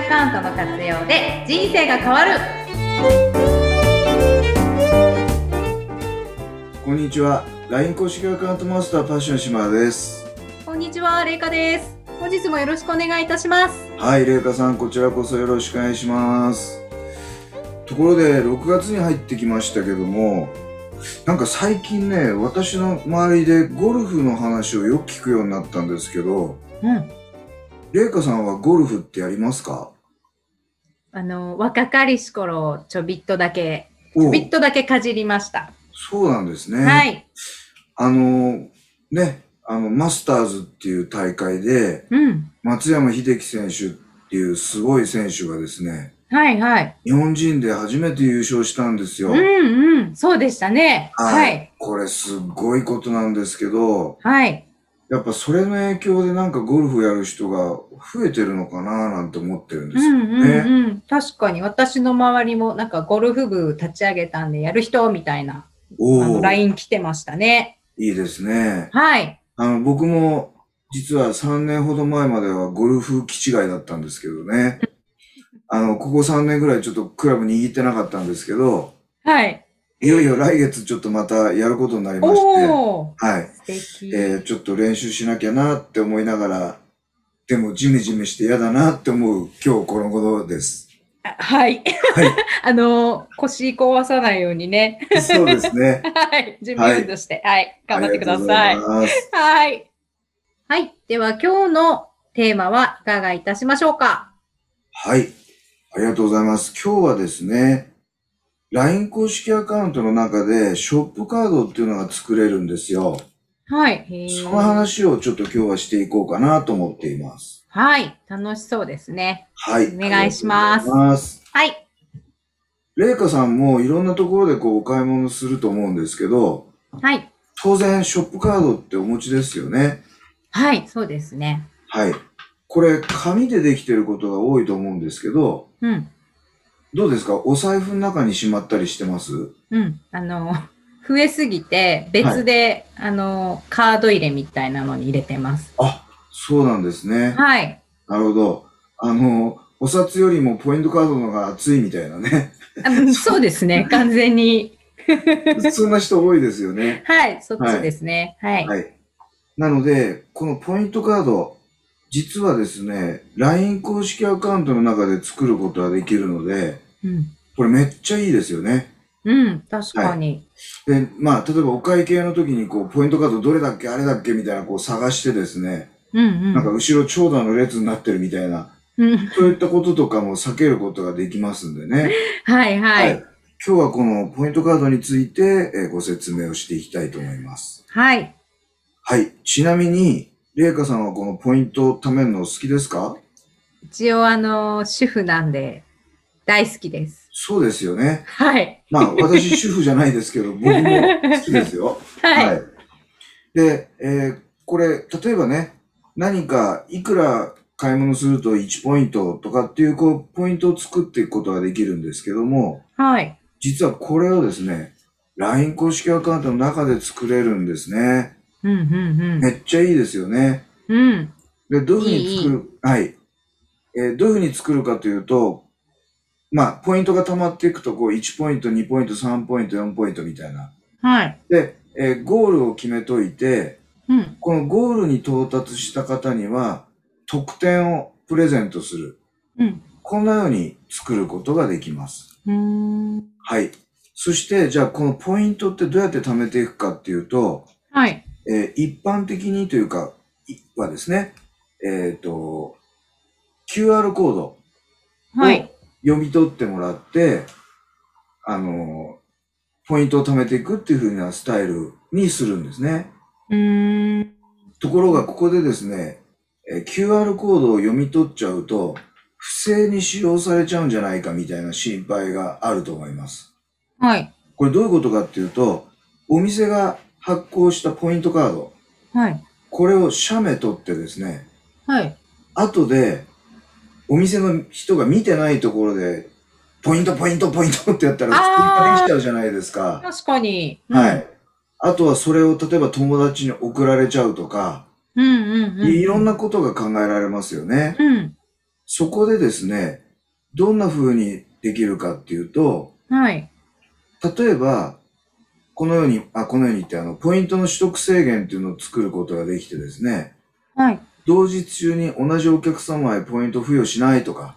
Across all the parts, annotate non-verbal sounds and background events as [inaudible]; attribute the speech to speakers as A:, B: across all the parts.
A: 活用で人生が変わる
B: こんにちは。LINE 公式アカウントマスターパッション島田です。
A: こんにちは、れいかです本日もよろしくお願いいたします
B: はい、れいかさん、こちらこそよろしくお願いします。ところで、6月に入ってきましたけども、なんか最近ね、私の周りでゴルフの話をよく聞くようになったんですけど、
A: うん、
B: れいかさんはゴルフってやりますか
A: あの若かりし頃ちょびっとだけちょ
B: お
A: びっとだけかじりました
B: そうなんですね。
A: はい、
B: あの、ね、あの、マスターズっていう大会で、
A: うん、
B: 松山英樹選手っていうすごい選手がですね、
A: はいはい
B: 日本人で初めて優勝したんですよ。
A: うんうん、そうでしたねはい、
B: これすごいことなんですけど、
A: はい、
B: やっぱそれの影響でなんかゴルフやる人が増えてるのかななんて思ってるんで
A: う
B: すよ
A: んうん
B: ね。
A: うん、確かに私の周りもなんかゴルフ部立ち上げたんでやる人みたいなあ
B: お
A: の
B: お、い
A: LINE 来てましたね。
B: いですね。
A: はい。
B: あの、僕も実は3年ほど前まではゴルフ気違いだったんですけど
A: [laughs]
B: ね。あの、ここ3年ぐらいちょっとクラブ握ってなかったんですけど、
A: はい。
B: いよいよ来月ちょっとまたやることになりまして、
A: おお
B: はい。
A: 素敵。
B: えーちょっと練習しなきゃなって思いながら、でもジメジメして嫌だなって思う今日この頃です。
A: あはい。
B: はい
A: [laughs] あのー、腰壊さないようにね。 [laughs]
B: そうです [laughs] ね。
A: はい。準備運動して。はい。頑張ってくださ
B: あ
A: い。
B: りがとうございます。
A: はい。はい。では今日のテーマはいかがいたしましょうか
B: はい。ありがとうございます。今日はですね、LINE 公式アカウントの中でショップカードっていうのが作れるんですよ。
A: はい。へー
B: その話をちょっと今日はしていこうかなと思っています。
A: はい。楽しそうですね。
B: はい。
A: お願いします
B: ありがとうございます。
A: はい。
B: レイカさんもいろんなところでこうお買い物すると思うんですけど、
A: はい。
B: 当然ショップカードってお持ちですよね。
A: はい。そうですね。
B: はい。これ、紙でできてることが多いと思うんですけど、
A: うん。
B: どうですかお財布の中にしまったりしてます
A: うん、あの、増えすぎて、別で、あの、カード入れみたいなのに入れてます。
B: あ、そうなんですね。
A: はい。
B: なるほど。あの、お札よりもポイントカードの方が熱いみたいなね。 [laughs]
A: あうんそうですね、完全に。
B: そんな人多いですよね。
A: はい、そっちですね。はい。
B: はい。なので、このポイントカード、実はですね、LINE 公式アカウントの中で作ることはできるので、
A: うん、
B: これめっちゃいいですよね。
A: うん、確かに。
B: で、まあ、例えばお会計の時に、こう、ポイントカードどれだっけ、あれだっけみたいな、こう、探してですね、
A: うん、うん。
B: なんか後ろ長蛇の列になってるみたいな、
A: うん、 [laughs]
B: そういったこととかも避けることができますんでね。
A: はい、はい。。
B: 今日はこのポイントカードについて、えーご説明をしていきたいと思います。
A: はい。
B: はい。ちなみに、れいかさんはこのポイントを貯めるのお好きですか
A: 一応、あの、主婦なんで、大好きです。
B: そうですよね。
A: はい。
B: まあ、私、主婦じゃないですけど、僕も好きですよ。
A: はい。
B: い。で、えーこれ、例えばね、何か、いくら買い物すると1ポイントとかっていう、こう、ポイントを作っていくことができるんですけども、
A: はい。
B: 実はこれをですね、LINE 公式アカウントの中で作れるんですね。
A: うん、うん、
B: めっちゃいいですよね。
A: うん。うん。
B: で、どういうふうに作る、はい。えーどういうふうに作るかというと、まあ、ポイントが溜まっていくと、こう、1ポイント、2ポイント、3ポイント、4ポイントみたいな。
A: はい。
B: で、えーゴールを決めといて、
A: うん。
B: このゴールに到達した方には、得点をプレゼントする。
A: うん。
B: このように作ることができます。
A: うーん。
B: はい。そして、じゃあこのポイントってどうやって貯めていくかっていうと、
A: はい。
B: えー一般的にというか、いはですね、えっ、と、QR コードを
A: はい。
B: 読み取ってもらって、あのーポイントを貯めていくっていう風なスタイルにするんですね。
A: うーん。
B: ところがここでですね、えー QR コードを読み取っちゃうと、不正に使用されちゃうんじゃないかみたいな心配があると思います。
A: はい。
B: これどういうことかっていうと、お店が発行したポイントカード、
A: はい。
B: これを写メ取ってですね、
A: はい。
B: 後でお店の人が見てないところで、ポイントポイントポイントってやったら作り返しちゃうじゃないですか。
A: 確かに。うん
B: は。い。あとはそれを例えば友達に送られちゃうとか、
A: うんうんうん。
B: いろんなことが考えられますよね。
A: うん。
B: そこでですね、どんな風にできるかっていうと、
A: はい。
B: 例えば、このように、あ、このようにってあの、ポイントの取得制限っていうのを作ることができてですね、
A: はい。
B: 同日中に同じお客様へポイント付与しないとか、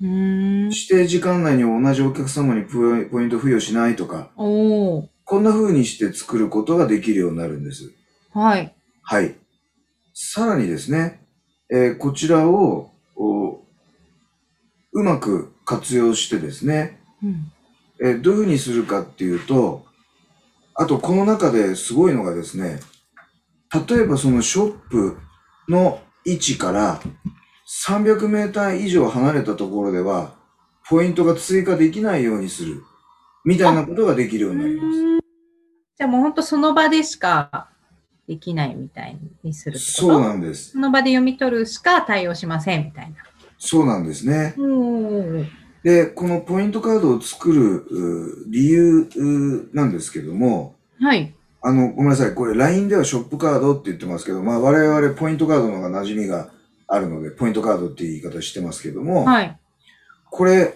A: うーん。
B: 指定時間内に同じお客様にポイポイント付与しないとか、
A: おー。
B: こんな風にして作ることができるようになるんです。
A: はい。
B: はい。さらにですね、えーこちらを、おうまく活用してですね、
A: うん。
B: えーどういうふうにするかっていうと、あとこの中ですごいのがですね、例えばそのショップの位置から300メーター以上離れたところでは、ポイントが追加できないようにする、みたいなことができるようになります。
A: じゃあもう本当その場でしかできないみたいにするってこと
B: そうなんです。
A: その場で読み取るしか対応しませんみたいな。
B: そうなんですね。
A: うん。
B: で、このポイントカードを作るうー理由うーなんですけども、
A: はい。
B: あの、ごめんなさい。これ LINE ではショップカードって言ってますけど、まあ我々ポイントカードの方が馴染みがあるので、ポイントカードっていう言い方してますけども、
A: はい。
B: これ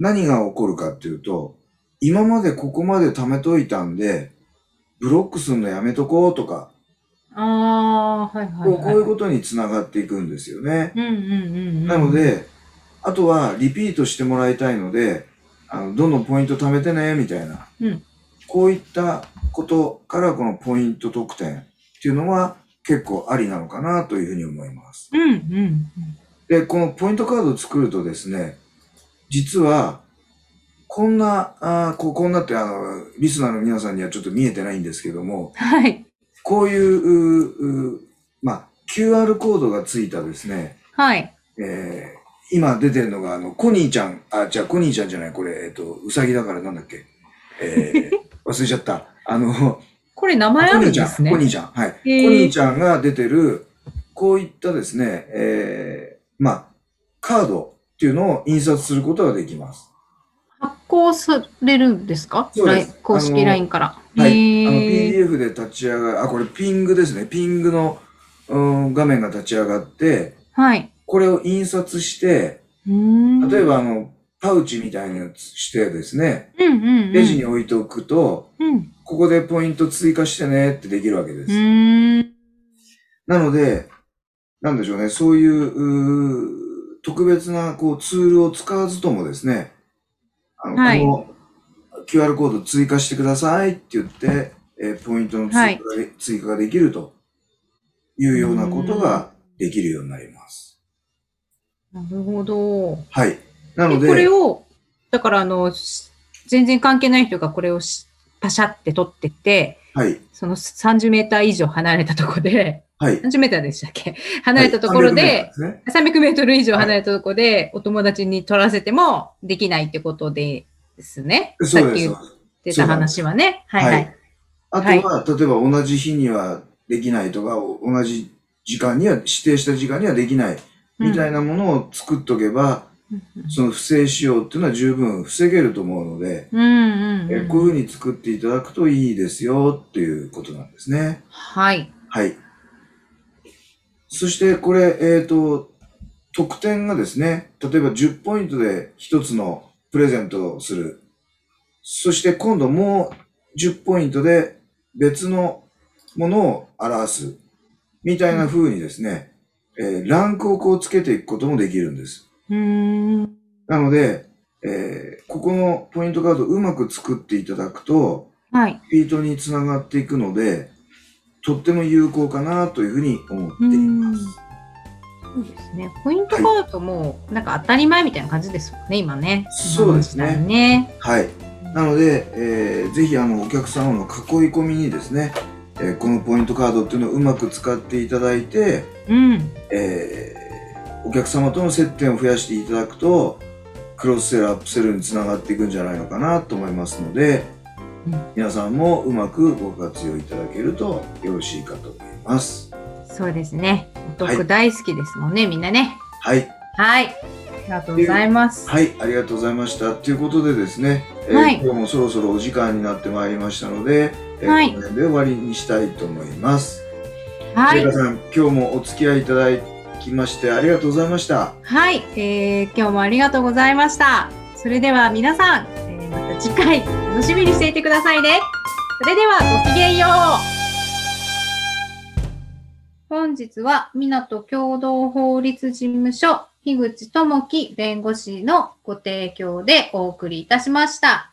B: 何が起こるかっていうと、今までここまで貯めといたんで、ブロックするのやめとこうとか、
A: ああ、はいはい、
B: こう
A: は
B: こ
A: い。
B: ういうことにつながっていくんですよね。
A: うんうんうんうん。
B: なの、で、あとはリピートしてもらいたいので、あの、どんどんポイント貯めてね、みたいな。
A: うん
B: こういったことから、このポイント特典っていうのは結構ありなのかなというふうに思います。
A: うんうん
B: で、このポイントカードを作るとですね、実は、こんな、あーここんなって、あの、リスナーの皆さんにはちょっと見えてないんですけども、
A: うん。はい。
B: こういう、ううまあ、QR コードがついたですね、
A: はい。
B: えー今出てるのが、あの、コニーちゃん、あ、じゃあコニーちゃんじゃない、これ、えっと、うさぎだからなんだっけ。えー [laughs] 忘れちゃった。あの、コ
A: これ名前あ
B: ニ
A: る
B: ー
A: ん
B: ちゃ
A: で
B: ん、
A: すね。
B: コニーちゃん、はい。コ
A: へー
B: ニーちゃんが出てる、こういったですね、えーまあ、カードっていうのを印刷することができます。
A: 発行されるんですか
B: そうで
A: ラ
B: す
A: イン公
B: あの
A: 式 LINE から。
B: はい。あの、
A: へー
B: PDF で立ち上がる、あ、これピングですね。ピングの、うん、画面が立ち上がって、
A: はい。
B: これを印刷して、
A: うーん
B: 例え、ばあの、パウチみたいにしてですね、
A: うんうんうん、
B: レジに置いておくと、
A: うん。
B: ここでポイント追加してねってできるわけで
A: う
B: す。
A: ーん。
B: なので、なんでしょうね、そういう、うー特別なこうツールを使わずともですね、あの、
A: はい
B: この QR コード追加してくださいって言って、えーポイントの追加,、
A: はい
B: 追加ができるというようなことができるようになります。
A: なるほど。
B: はい。なの
A: で
B: で、
A: これを、だからあの、し全然関係ない人がこれをしパシャって取ってって、
B: はい。
A: その30メーター以上離れたところで、 [laughs]
B: はい。
A: 30メーターでしたっけ離れたところ
B: はい300メーター
A: で、
B: すね
A: 300メートル以上離れたところで、お友達に取らせてもできないってことですね。さ
B: そう
A: っ
B: で
A: き
B: す
A: 言。ってた話はね。はいはい。
B: あとは、例えば同じ日にはできないとか、お同じ時間には、指定した時間にはできない、みたいなものを作っとけば、
A: うん
B: その不正使用っていうのは十分防げると思うので、
A: うんうん
B: え
A: うん
B: こういうふうに作っていただくといいですよっていうことなんですね。
A: はい。
B: はい。そしてこれ、えっ、と、得点がですね、例えば10ポイントで1つのプレゼントをする。そして今度もう10ポイントで別のものを表す。みたいな風にですね、えーランクをこうつけていくこともできるんです。
A: うーん。
B: なので、えーここのポイントカードをうまく作っていただくと、
A: はい。
B: リピートにつながっていくので、とっても有効かなというふうに思っています。
A: そうですね。ポイントカードも、なんか当たり前みたいな感じですもんね、今ね。
B: そうですね
A: 今の時代ね。
B: はい。なので、えーぜひあのお客様の囲い込みにですね、えーこのポイントカードっていうのをうまく使っていただいて、
A: うん。
B: えーお客様との接点を増やしていただくと、クロスセル、アップセルにつながっていくんじゃないのかなと思いますので、
A: うん
B: 皆さんもうまくご活用いただけるとよろしいかと思います。
A: そうですね。お
B: は
A: 得
B: い
A: 大好きですもんね、みんなね。
B: はい。
A: はい。ありがとうございます。
B: はい、ありがとうございました。ということでですね、えー
A: はい
B: 今日もそろそろお時間になってまいりましたので、えー
A: はい
B: この辺で終わりにしたいと思います。
A: は
B: ジェイ
A: い
B: カ。さん、今日もお付き合いいただききましてありがとうございました。
A: はい、えー今日もありがとうございました。それでは皆さん、えーまた次回楽しみにしていてくださいね。それではごきげんよう。本日は港共同法律事務所樋口智樹弁護士のご提供でお送りいたしました。